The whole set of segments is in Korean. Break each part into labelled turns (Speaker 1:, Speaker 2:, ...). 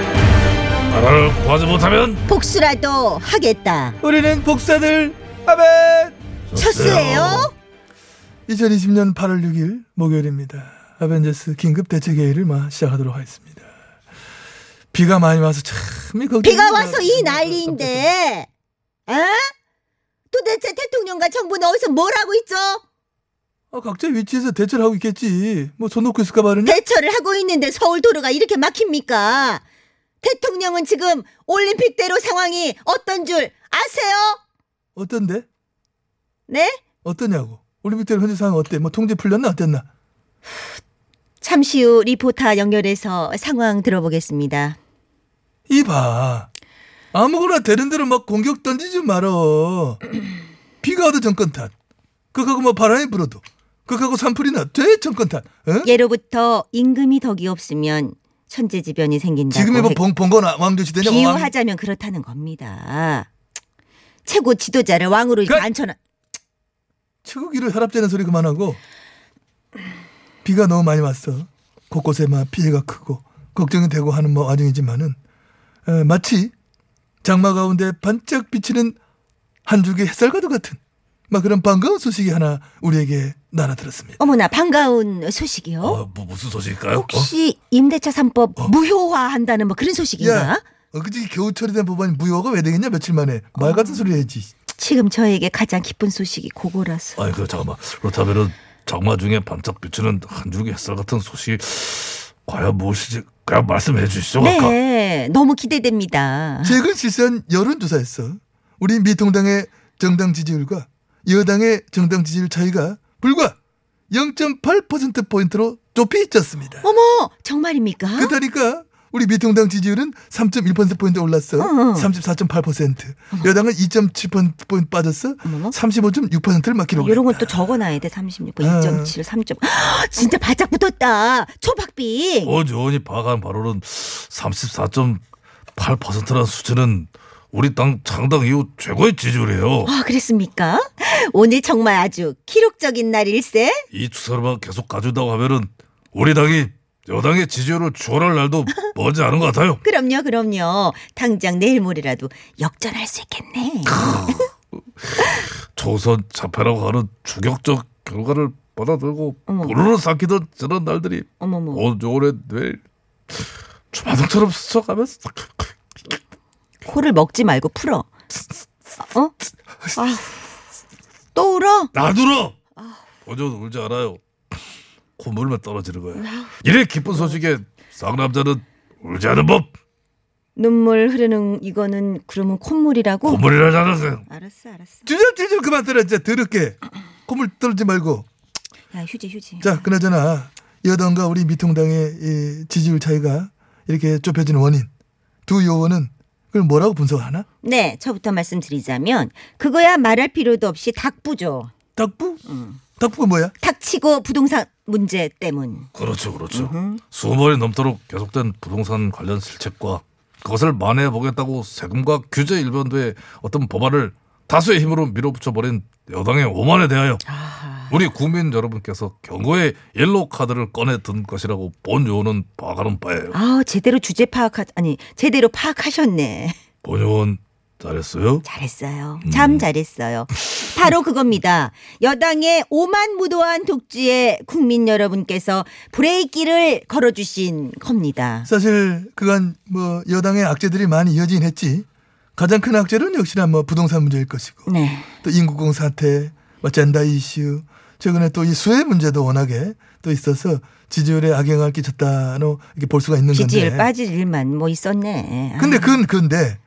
Speaker 1: 나라를 구하지 못하면
Speaker 2: 복수라도 하겠다.
Speaker 3: 우리는 복사들 아멘
Speaker 2: 첫수예요.
Speaker 3: 2020년 8월 6일 목요일입니다. 아벤져스 긴급 대책회의를 마 시작하도록 하겠습니다. 비가 많이 와서 참이 걱정.
Speaker 2: 비가 와서 이 난리인데, 어? 도대체 대통령과 정부는 어디서 뭘 하고 있죠?
Speaker 3: 아, 각자 위치에서 대처를 하고 있겠지. 뭐손 놓고 있을까 바르냐?
Speaker 2: 대처를 하고 있는데 서울 도로가 이렇게 막힙니까? 대통령은 지금 올림픽대로 상황이 어떤 줄 아세요?
Speaker 3: 어떤데?
Speaker 2: 네?
Speaker 3: 어떠냐고. 올림픽대로 현재 상황 어때? 뭐 통제 풀렸나 어땠나?
Speaker 2: 잠시 후 리포터 연결해서 상황 들어보겠습니다.
Speaker 3: 이봐. 아무거나 되는 대로 막 공격 던지지 말어. 비가 와도 정권 탓. 그하고 뭐 바람이 불어도. 그하고 산불이나 돼 정권 탓. 응?
Speaker 2: 예로부터 임금이 덕이 없으면 천재지변이 생긴다고
Speaker 3: 지금이 뭐
Speaker 2: 했-
Speaker 3: 봉봉거나 왕조시대냐? 뭐 왕-
Speaker 2: 비유하자면 그렇다는 겁니다. 최고 지도자를 왕으로 이렇게
Speaker 3: 끝!
Speaker 2: 앉혀놔.
Speaker 3: 치국이를 혈압되는 소리 그만하고 비가 너무 많이 왔어. 곳곳에 막 피해가 크고 걱정이 되고 하는 뭐 와중이지만은 에, 마치 장마 가운데 반짝 비치는 한 줄기 햇살과도 같은 막 그런 반가운 소식이 하나 우리에게 날아들었습니다.
Speaker 2: 어머나 반가운 소식이요.
Speaker 1: 어, 뭐 무슨 소식일까요?
Speaker 2: 혹시 임대차 3법 무효화한다는 뭐 그런 소식인가?
Speaker 3: 어, 그지 겨우 처리된 법안이 무효가 왜 되겠냐 며칠 만에 말 같은
Speaker 2: 어.
Speaker 3: 소리 해야지.
Speaker 2: 지금 저에게 가장 기쁜 소식이
Speaker 1: 어?
Speaker 2: 그거라서.
Speaker 1: 아니 그 잠깐만 그렇다면은 장마 중에 반짝 비치는 한 줄기 햇살 같은 소식 과연 무엇이지? 그냥 말씀해 주시죠. 아까.
Speaker 2: 네, 너무 기대됩니다.
Speaker 3: 최근 실시한 여론조사에서 우리 미통당의 정당 지지율과 여당의 정당 지지율 차이가 불과 0.8%포인트로 좁혀졌습니다.
Speaker 2: 어머, 정말입니까?
Speaker 3: 그렇다니까 우리 미통당 지지율은 3.1%포인트 올랐어.
Speaker 2: 어, 어.
Speaker 3: 34.8%. 여당은 2.7%포인트 빠졌어.
Speaker 2: 어머.
Speaker 3: 35.6%를 맡기려고
Speaker 2: 뭐 이런 건
Speaker 3: 했다.
Speaker 2: 또 적어놔야 돼. 뭐 36분,
Speaker 3: 아.
Speaker 2: 2.7, 3. 진짜 바짝 붙었다. 초박빙.
Speaker 1: 어조원이 파악한 바로는 34.8%라는 수치는 우리 당 창당 이후 최고의 지지율이에요.
Speaker 2: 아, 그랬습니까? 오늘 정말 아주 기록적인 날일세.
Speaker 1: 이 추세로만 계속 가준다고 하면은 우리 당이 여당의 지지율을 추월할 날도 멀지 않은 것 같아요.
Speaker 2: 그럼요, 그럼요. 당장 내일 모레라도 역전할 수 있겠네.
Speaker 1: 총선 자폐라고 하는 충격적 결과를 받아들고
Speaker 2: 어머.
Speaker 1: 우르르 삭히던 저런 날들이
Speaker 2: 어머머.
Speaker 1: 어조원의 뇌를 주마등처럼 스쳐가면서
Speaker 2: 코를 먹지 말고 풀어. 어? 아, 또 울어?
Speaker 1: 나누러 어조원 울지 않아요. 콧물만 떨어지는 거예요. 이래 기쁜 소식에 상남자는 울지 않은 법
Speaker 2: 눈물 흐르는 이거는 그러면 콧물이라고?
Speaker 1: 콧물이라지 않았어요.
Speaker 2: 알았어, 알았어.
Speaker 3: 주접주접 그만 떨어 진짜 더럽게. 콧물 떨지 말고.
Speaker 2: 야, 휴지, 휴지.
Speaker 3: 자, 그나저나 여당과 우리 미통당의 이 지지율 차이가 이렇게 좁혀진 원인 두 요원은 그걸 뭐라고 분석하나?
Speaker 2: 네, 저부터 말씀드리자면 그거야 말할 필요도 없이 닭부죠.
Speaker 3: 닭부?
Speaker 2: 음.
Speaker 3: 닭부가 뭐야?
Speaker 2: 닥치고 부동산 문제 때문.
Speaker 1: 그렇죠, 그렇죠. 수많이 넘도록 계속된 부동산 관련 실책과 그것을 만회해 보겠다고 세금과 규제 일변도의 어떤 법안을 다수의 힘으로 밀어붙여 버린 여당의 오만에 대하여 우리 국민 여러분께서 경고의 옐로 카드를 꺼내 든 것이라고 본 요원은 파악하는 바예요.
Speaker 2: 아, 제대로 주제 파악하 아니, 제대로 파악하셨네.
Speaker 1: 본 요원 잘했어요.
Speaker 2: 잘했어요.
Speaker 3: 음.
Speaker 2: 참 잘했어요. 바로 그겁니다. 여당의 오만무도한 독주에 국민 여러분께서 브레이키를 걸어주신 겁니다.
Speaker 3: 사실 그간 뭐 여당의 악재들이 많이 이어지긴 했지. 가장 큰 악재는 역시나 뭐 부동산 문제일 것이고
Speaker 2: 네.
Speaker 3: 또 인구공 사태, 뭐 젠더 이슈, 최근에 또 이 수혜 문제도 워낙에 또 있어서 지지율에 악영향을 끼쳤다로 이렇게 볼 수가 있는 건데. 네.
Speaker 2: 지지율 빠질 일만 뭐 있었네. 아,
Speaker 3: 근데 그건 근데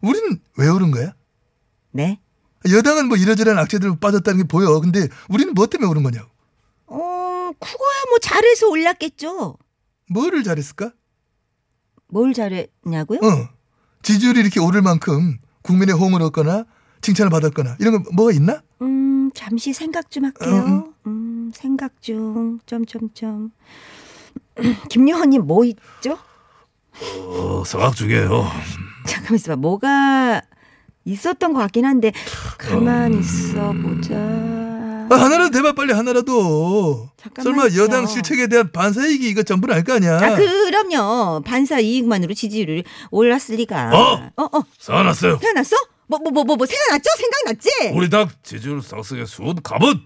Speaker 3: 우린 왜 오른 거야?
Speaker 2: 네.
Speaker 3: 여당은 뭐 이러저러한 악재들 빠졌다는 게 보여. 근데 우리는 뭐 때문에 오른 거냐고.
Speaker 2: 어, 그거야 뭐 잘해서 올랐겠죠.
Speaker 3: 뭐를 잘했을까?
Speaker 2: 뭘 잘했냐고요?
Speaker 3: 어. 지지율이 이렇게 오를 만큼 국민의 호응을 얻거나 칭찬을 받았거나 이런 거 뭐가 있나?
Speaker 2: 음, 잠시 생각 좀 할게요. 음, 생각 중. 점점점. 김여원님 뭐 있죠?
Speaker 1: 어, 생각 중이에요.
Speaker 2: 잠깐만 있어봐. 뭐가 있었던 것 같긴 한데 가만 있어 보자.
Speaker 3: 아, 하나라도 대박 빨리 하나라도.
Speaker 2: 잠깐만
Speaker 3: 설마
Speaker 2: 있어.
Speaker 3: 여당 실책에 대한 반사이기 이거 전부는 알 거 아니야.
Speaker 2: 아 그럼요. 반사 이익만으로 지지율이 올랐을 리가.
Speaker 1: 어?
Speaker 2: 어, 어.
Speaker 1: 생각났어요.
Speaker 2: 생각났어? 뭐 뭐 뭐 뭐 뭐 생각났죠? 생각났지?
Speaker 1: 우리 당 지지율 상승의 수은 갑은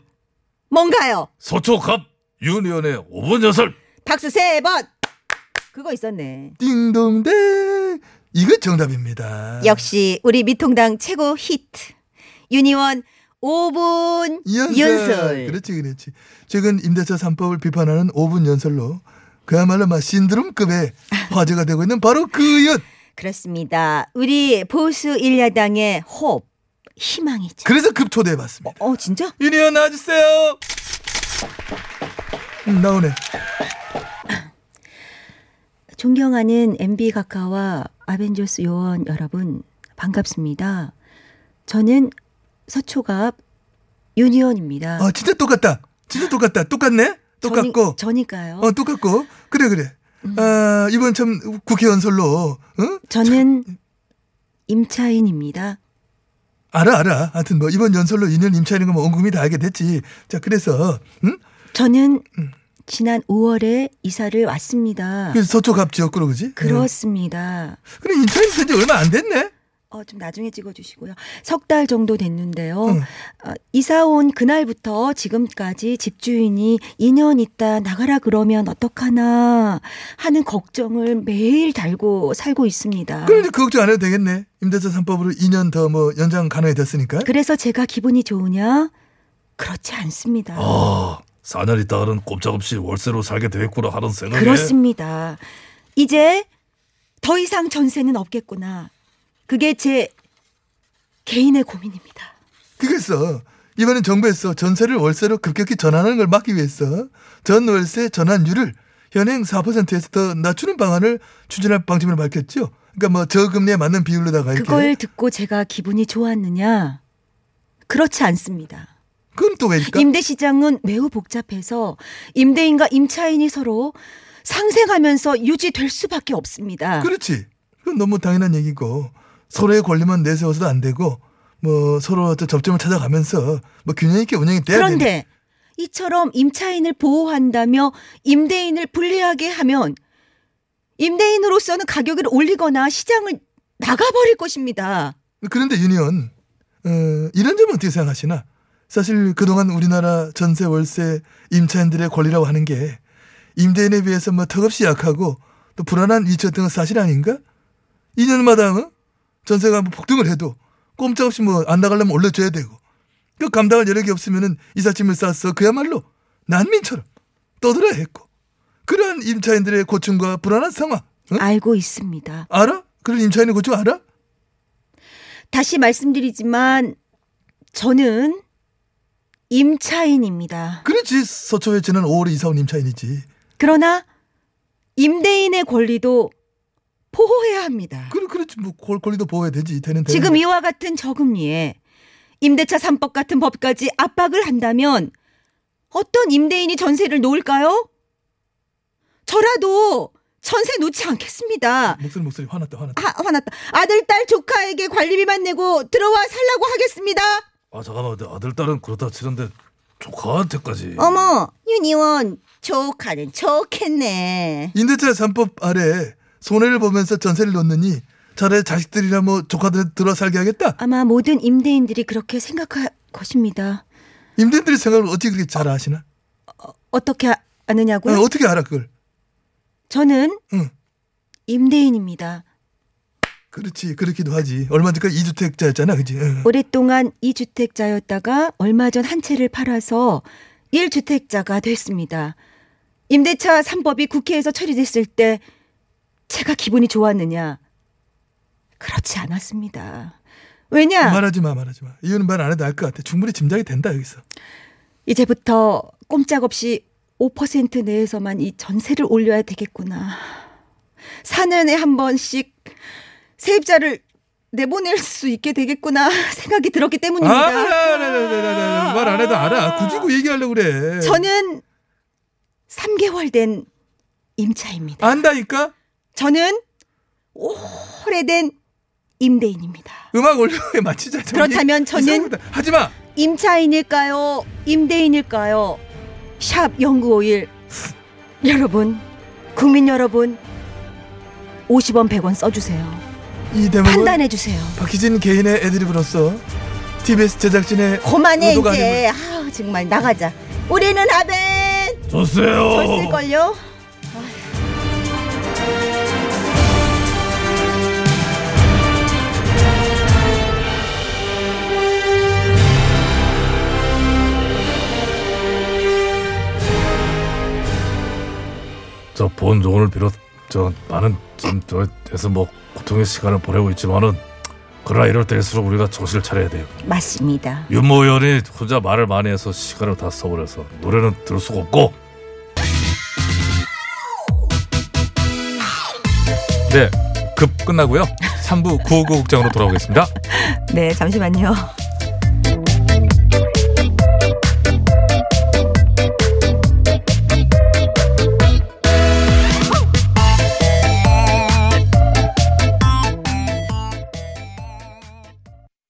Speaker 2: 뭔가요?
Speaker 1: 서초갑 윤의원의 5분 연설.
Speaker 2: 박수 세 번. 그거 있었네.
Speaker 3: 띵동댕. 이거 정답입니다.
Speaker 2: 역시 우리 미통당 최고 히트. 유니원 5분
Speaker 3: 연설. 그렇지, 그렇지. 최근 임대차 3법을 비판하는 5분 연설로 그야말로 막 신드롬급의 화제가 되고 있는 바로 그 연.
Speaker 2: 그렇습니다. 우리 보수 일야당의 호흡, 희망이죠.
Speaker 3: 그래서 급 초대해봤습니다.
Speaker 2: 어, 진짜?
Speaker 3: 유니언 나와주세요. 음, 나오네.
Speaker 2: 존경하는 MB 각하와 아벤져스 요원 여러분, 반갑습니다. 저는 서초갑 유니언입니다.
Speaker 3: 아 진짜 똑같다. 진짜 똑같다. 똑같네. 똑같고.
Speaker 2: 저니, 까요
Speaker 3: 어 똑같고. 그래 그래. 아 이번 참 국회연설로. 응?
Speaker 2: 저는
Speaker 3: 음.
Speaker 2: 임차인입니다.
Speaker 3: 알아 알아. 하여튼 뭐 이번 연설로 인연 임차인 거뭐 온금이 다 알게 됐지. 자 그래서 응?
Speaker 2: 저는
Speaker 3: 음.
Speaker 2: 지난 5월에 이사를 왔습니다.
Speaker 3: 그래서 서초 갑 지역구로 아. 그지?
Speaker 2: 그렇습니다.
Speaker 3: 응. 그래 임차인 된지 얼마 안 됐네.
Speaker 2: 어, 좀 나중에 찍어주시고요. 석 달 정도 됐는데요.
Speaker 3: 응.
Speaker 2: 어, 이사 온 그날부터 지금까지 집주인이 2년 있다 나가라 그러면 어떡하나 하는 걱정을 매일 달고 살고 있습니다.
Speaker 3: 그럼 이제 그 걱정 안 해도 되겠네. 임대차 3법으로 2년 더 뭐 연장 가능해 됐으니까.
Speaker 2: 그래서 제가 기분이 좋으냐? 그렇지 않습니다.
Speaker 1: 아, 4년 있다가는 꼼짝없이 월세로 살게 되겠구나 하는 생각에
Speaker 2: 그렇습니다. 이제 더 이상 전세는 없겠구나. 그게 제 개인의 고민입니다.
Speaker 3: 그래서 이번엔 정부에서 전세를 월세로 급격히 전환하는 걸 막기 위해서 전월세 전환율을 현행 4%에서 더 낮추는 방안을 추진할 방침을 밝혔죠. 그러니까 뭐 저금리에 맞는 비율로다가 이렇게.
Speaker 2: 그걸 듣고 제가 기분이 좋았느냐? 그렇지 않습니다.
Speaker 3: 건또 왜일까?
Speaker 2: 임대 시장은 매우 복잡해서 임대인과 임차인이 서로 상생하면서 유지될 수밖에 없습니다.
Speaker 3: 그렇지. 그건 너무 당연한 얘기고 서로의 권리만 내세워서도 안 되고 뭐 서로 어떤 접점을 찾아가면서 뭐 균형 있게 운영이 돼야 되는.
Speaker 2: 그런데 이처럼 임차인을 보호한다며 임대인을 불리하게 하면 임대인으로서는 가격을 올리거나 시장을 나가버릴 것입니다.
Speaker 3: 그런데 유니언 어, 이런 점은 어떻게 생각하시나? 사실 그동안 우리나라 전세 월세 임차인들의 권리라고 하는 게 임대인에 비해서 뭐 턱없이 약하고 또 불안한 위치였던 건 사실 아닌가? 2년마다 어? 전세가 뭐 폭등을 해도 꼼짝없이 뭐 안 나가려면 올려줘야 되고 그 감당할 여력이 없으면은 이삿짐을 싸서 그야말로 난민처럼 떠들어야 했고 그러한 임차인들의 고충과 불안한 상황 응?
Speaker 2: 알고 있습니다.
Speaker 3: 알아? 그런 임차인의 고충 알아?
Speaker 2: 다시 말씀드리지만 저는 임차인입니다.
Speaker 3: 그렇지 서초에 지난 5월에 이사 온 임차인이지
Speaker 2: 그러나 임대인의 권리도 보호해야 합니다.
Speaker 3: 그래 그렇지 뭐 권- 권리도 보호해야 되지 되는 되는.
Speaker 2: 지금 이와 같은 저금리에 임대차 3법 같은 법까지 압박을 한다면 어떤 임대인이 전세를 놓을까요? 저라도 전세 놓지 않겠습니다.
Speaker 3: 목소리 목소리 화났다 화났다
Speaker 2: 아, 화났다. 아들, 딸, 조카에게 관리비만 내고 들어와 살라고 하겠습니다.
Speaker 1: 아 잠깐만 근데 아들 딸은 그렇다 치는데 조카한테까지
Speaker 2: 어머, 윤희원, 조카는 좋겠네.
Speaker 3: 임대차 3법 아래 손해를 보면서 전세를 놓느니 차라리 자식들이나 뭐 조카들 들어 살게 하겠다
Speaker 2: 아마 모든 임대인들이 그렇게 생각할 것입니다.
Speaker 3: 임대인들의 생각을 어떻게 그렇게 잘 아시나
Speaker 2: 어떻게 아-
Speaker 3: 어,
Speaker 2: 아느냐고요?
Speaker 3: 어떻게 알아 그걸
Speaker 2: 저는
Speaker 3: 응
Speaker 2: 임대인입니다.
Speaker 3: 그렇지 그렇기도 하지 얼마 전까지 이주택자였잖아 그지 어. 응.
Speaker 2: 오랫동안 2주택자였다가 얼마 전 한 채를 팔아서 1주택자가 됐습니다. 임대차 3법이 국회에서 처리됐을 때 제가 기분이 좋았느냐? 그렇지 않았습니다. 왜냐?
Speaker 3: 말하지 마 말하지 마 이유는 말 안 해도 알 것 같아 충분히 짐작이 된다 여기서
Speaker 2: 이제부터 꼼짝없이 5% 내에서만 이 전세를 올려야 되겠구나. 4년에 한 번씩 세입자를 내보낼 수 있게 되겠구나 생각이 들었기
Speaker 3: 아,
Speaker 2: 때문입니다.
Speaker 3: 네. 말 안 해도 알아. 굳이 그 얘기하려고 그래.
Speaker 2: 저는 3개월 된 임차입니다.
Speaker 3: 안다니까?
Speaker 2: 저는 오래된 임대인입니다.
Speaker 3: 음악 올려에 맞히자. 저기.
Speaker 2: 그렇다면 저는-
Speaker 3: 이상합니다. 하지 마.
Speaker 2: 임차인일까요? 임대인일까요? 샵 0951. 여러분, 국민 여러분, 50원 100원 써주세요.
Speaker 3: 이
Speaker 2: 음.
Speaker 3: 대목은
Speaker 2: 판단해주세요.
Speaker 3: 박희진 개인의 애드립으로써 TBS 제작진의
Speaker 2: 그만해,
Speaker 3: 의도가
Speaker 2: 이제. 아 정말 나가자. 우리는 하벤! 어.
Speaker 1: 좋세요.
Speaker 2: 벌쓸걸요?
Speaker 1: 저본 종을 비롯 저 많은 저에서 뭐 고통의 시간을 보내고 있지만은 그러나 이럴 때일수록 우리가 정신을 차려야 돼요.
Speaker 2: 맞습니다.
Speaker 1: 윤모 의원이 혼자 말을 많이 해서 시간을 다 써버려서 노래는 들을 수가 없고. 네, 급 끝나고요. 3부 구호구국장으로 돌아오겠습니다.
Speaker 2: 네, 잠시만요.